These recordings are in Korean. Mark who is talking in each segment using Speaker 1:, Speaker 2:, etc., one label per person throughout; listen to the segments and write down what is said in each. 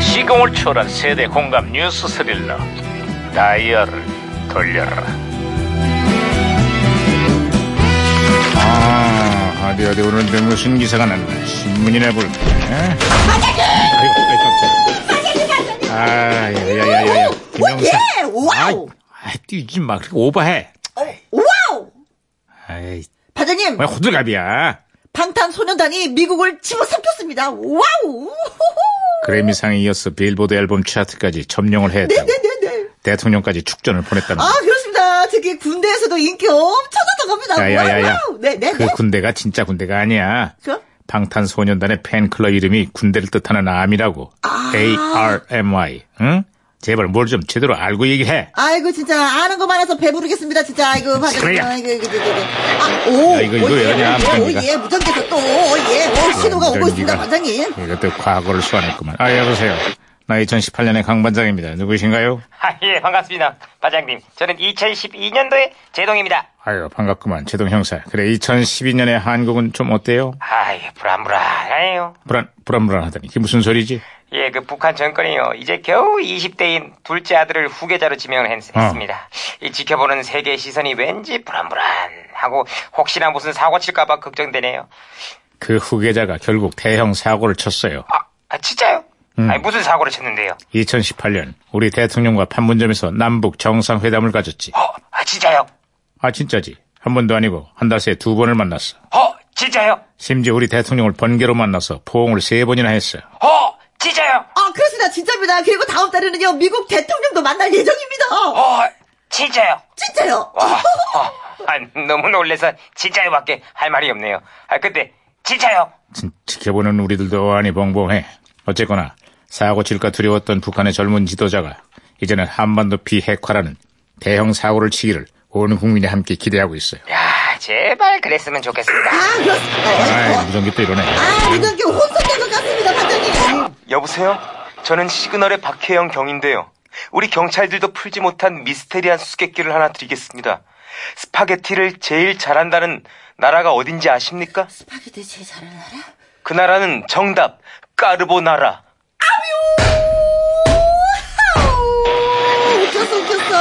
Speaker 1: 시공을 초월한 세대 공감 뉴스 스릴러 다이얼을 돌려라 아 어디 어디 오늘 또 무슨 기사가 났나 신문이나 볼까 사장님 아, 아야야야야 김영사
Speaker 2: 예, 와우. 어,
Speaker 1: 아, 뛰지 마 그렇게 오버해
Speaker 2: 와우!
Speaker 1: 아이
Speaker 2: 반장님,
Speaker 1: 왜 호들갑이야
Speaker 2: 방탄소년단이 미국을 집어삼켰습니다. 와우!
Speaker 1: 그래미상에 이어서 빌보드 앨범 차트까지 점령을 해야 되고
Speaker 2: 네네네네.
Speaker 1: 대통령까지 축전을 보냈다는
Speaker 2: 아, 그렇습니다. 특히 군대에서도 인기 엄청 나타갑니다.
Speaker 1: 야야야야
Speaker 2: 와우! 네네네.
Speaker 1: 그 군대가 진짜 군대가 아니야
Speaker 2: 그럼?
Speaker 1: 방탄소년단의 팬클럽 이름이 군대를 뜻하는 암이라고
Speaker 2: 아.
Speaker 1: ARMY 응? 제발 뭘 좀 제대로 알고 얘기해
Speaker 2: 아이고, 진짜, 아는 거 많아서 배부르겠습니다, 진짜. 아이고, 반장님.
Speaker 1: 그래야.
Speaker 2: 아이고, 이거, 이거, 이거. 아, 오!
Speaker 1: 야, 이거, 이거
Speaker 2: 오, 예,
Speaker 1: 왜냐,
Speaker 2: 오, 오,
Speaker 1: 무전기가.
Speaker 2: 예, 무전기에서 또, 오, 예, 오, 신호가 오고 있습니다, 반장님.
Speaker 1: 어, 이것도 과거를 소환했구만 아 여보세요 나 2018년의 강 반장입니다 누구신가요?
Speaker 3: 아, 예, 반갑습니다. 반장님. 저는 2012년도에 제동입니다.
Speaker 1: 아유 반갑구만 제동 형사 그래 2012년에 한국은 좀 어때요?
Speaker 3: 아이, 예, 불안불안해요.
Speaker 1: 불안 불안불안하다니 이게 무슨 소리지?
Speaker 3: 예, 그 북한 정권이요. 이제 겨우 20대인 둘째 아들을 후계자로 지명했습니다. 이 지켜보는 세계 시선이 왠지 불안불안하고 혹시나 무슨 사고 칠까봐 걱정되네요.
Speaker 1: 그 후계자가 결국 대형 사고를 쳤어요.
Speaker 3: 아, 아, 진짜요? 아니, 무슨 사고를 쳤는데요?
Speaker 1: 2018년 우리 대통령과 판문점에서 남북 정상회담을 가졌지.
Speaker 3: 어, 아, 진짜요?
Speaker 1: 아 진짜지. 한 번도 아니고 한 달 새에 두 번을 만났어.
Speaker 3: 어, 진짜요?
Speaker 1: 심지어 우리 대통령을 번개로 만나서 포옹을 세 번이나 했어.
Speaker 3: 어, 진짜요?
Speaker 2: 아, 그렇습니다. 진짜입니다. 그리고 다음 달에는요, 미국 대통령도 만날 예정입니다.
Speaker 3: 어, 진짜요?
Speaker 2: 진짜요.
Speaker 3: 와, 어, 아, 너무 놀래서 진짜요 밖에 할 말이 없네요. 아, 근데 진짜요?
Speaker 1: 진- 지켜보는 우리들도 아니 벙벙해. 어쨌거나 사고 칠까 두려웠던 북한의 젊은 지도자가 이제는 한반도 비핵화라는 대형 사고를 치기를 온 국민이 함께 기대하고 있어요.
Speaker 3: 야, 제발 그랬으면 좋겠습니다.
Speaker 2: 아, 그렇습니다.
Speaker 1: 아 무전기 또 이러네.
Speaker 2: 아, 무전기 혼선된 것 같습니다, 반장님.
Speaker 3: 여보세요? 저는 시그널의 박혜영 경인데요. 우리 경찰들도 풀지 못한 미스테리한 수수께끼를 하나 드리겠습니다. 스파게티를 제일 잘한다는 나라가 어딘지 아십니까?
Speaker 2: 스파게티 제일 잘하는 나라?
Speaker 3: 그 나라는 정답 까르보나라.
Speaker 2: 아우, 웃겼어, 웃겼어.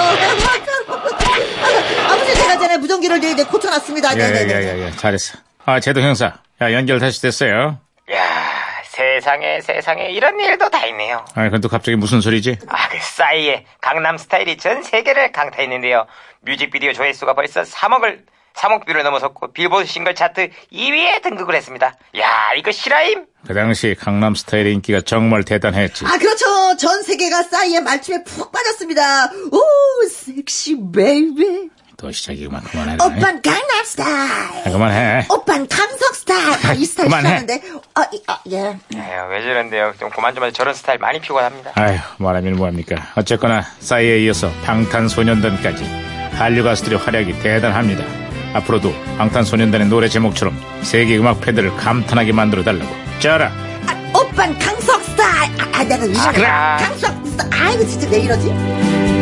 Speaker 2: 아, 아무튼 제가 전에 무전기를 내일
Speaker 1: 예,
Speaker 2: 고쳐놨습니다. 네네네.
Speaker 1: 야야야야 잘했어. 아 제동 형사. 야 연결 다시 됐어요.
Speaker 3: 야, 세상에 세상에 이런 일도 다 있네요.
Speaker 1: 아, 그건 또 갑자기 무슨 소리지?
Speaker 3: 아, 그 싸이의 강남 스타일이 전 세계를 강타했는데요. 뮤직비디오 조회수가 벌써 3억을 3억 뷰를 넘어섰고 빌보드 싱글 차트 2위에 등극을 했습니다. 야, 이거 실화임?
Speaker 1: 그 당시 강남 스타일의 인기가 정말 대단했지.
Speaker 2: 아, 그렇죠. 전 세계가 싸이의 말춤에 푹 빠졌습니다. 오, 섹시 베이비.
Speaker 1: 또 시작이구만, 그만해.
Speaker 2: 오빤 강남 스타일.
Speaker 1: 아, 그만해.
Speaker 2: 오빤 감성 스타일. 아, 이 스타일
Speaker 1: 그만해.
Speaker 2: 싫어하는데. 어, 이, 어, 예.
Speaker 3: 에휴, 왜 저런데요? 좀 그만 좀 하세요. 저런 스타일 많이 피곤합니다.
Speaker 1: 아휴, 말하면 뭐합니까. 어쨌거나, 싸이에 이어서 방탄소년단까지 한류 가수들의 활약이 대단합니다. 앞으로도 방탄소년단의 노래 제목처럼 세계 음악 팬들을 감탄하게 만들어 달라고. 짜라!
Speaker 2: 아, 오빤 강석 스타일. 아, 아, 내가 이
Speaker 3: 아, 그래.
Speaker 2: 강석 스타일. 아이고, 진짜 왜 이러지?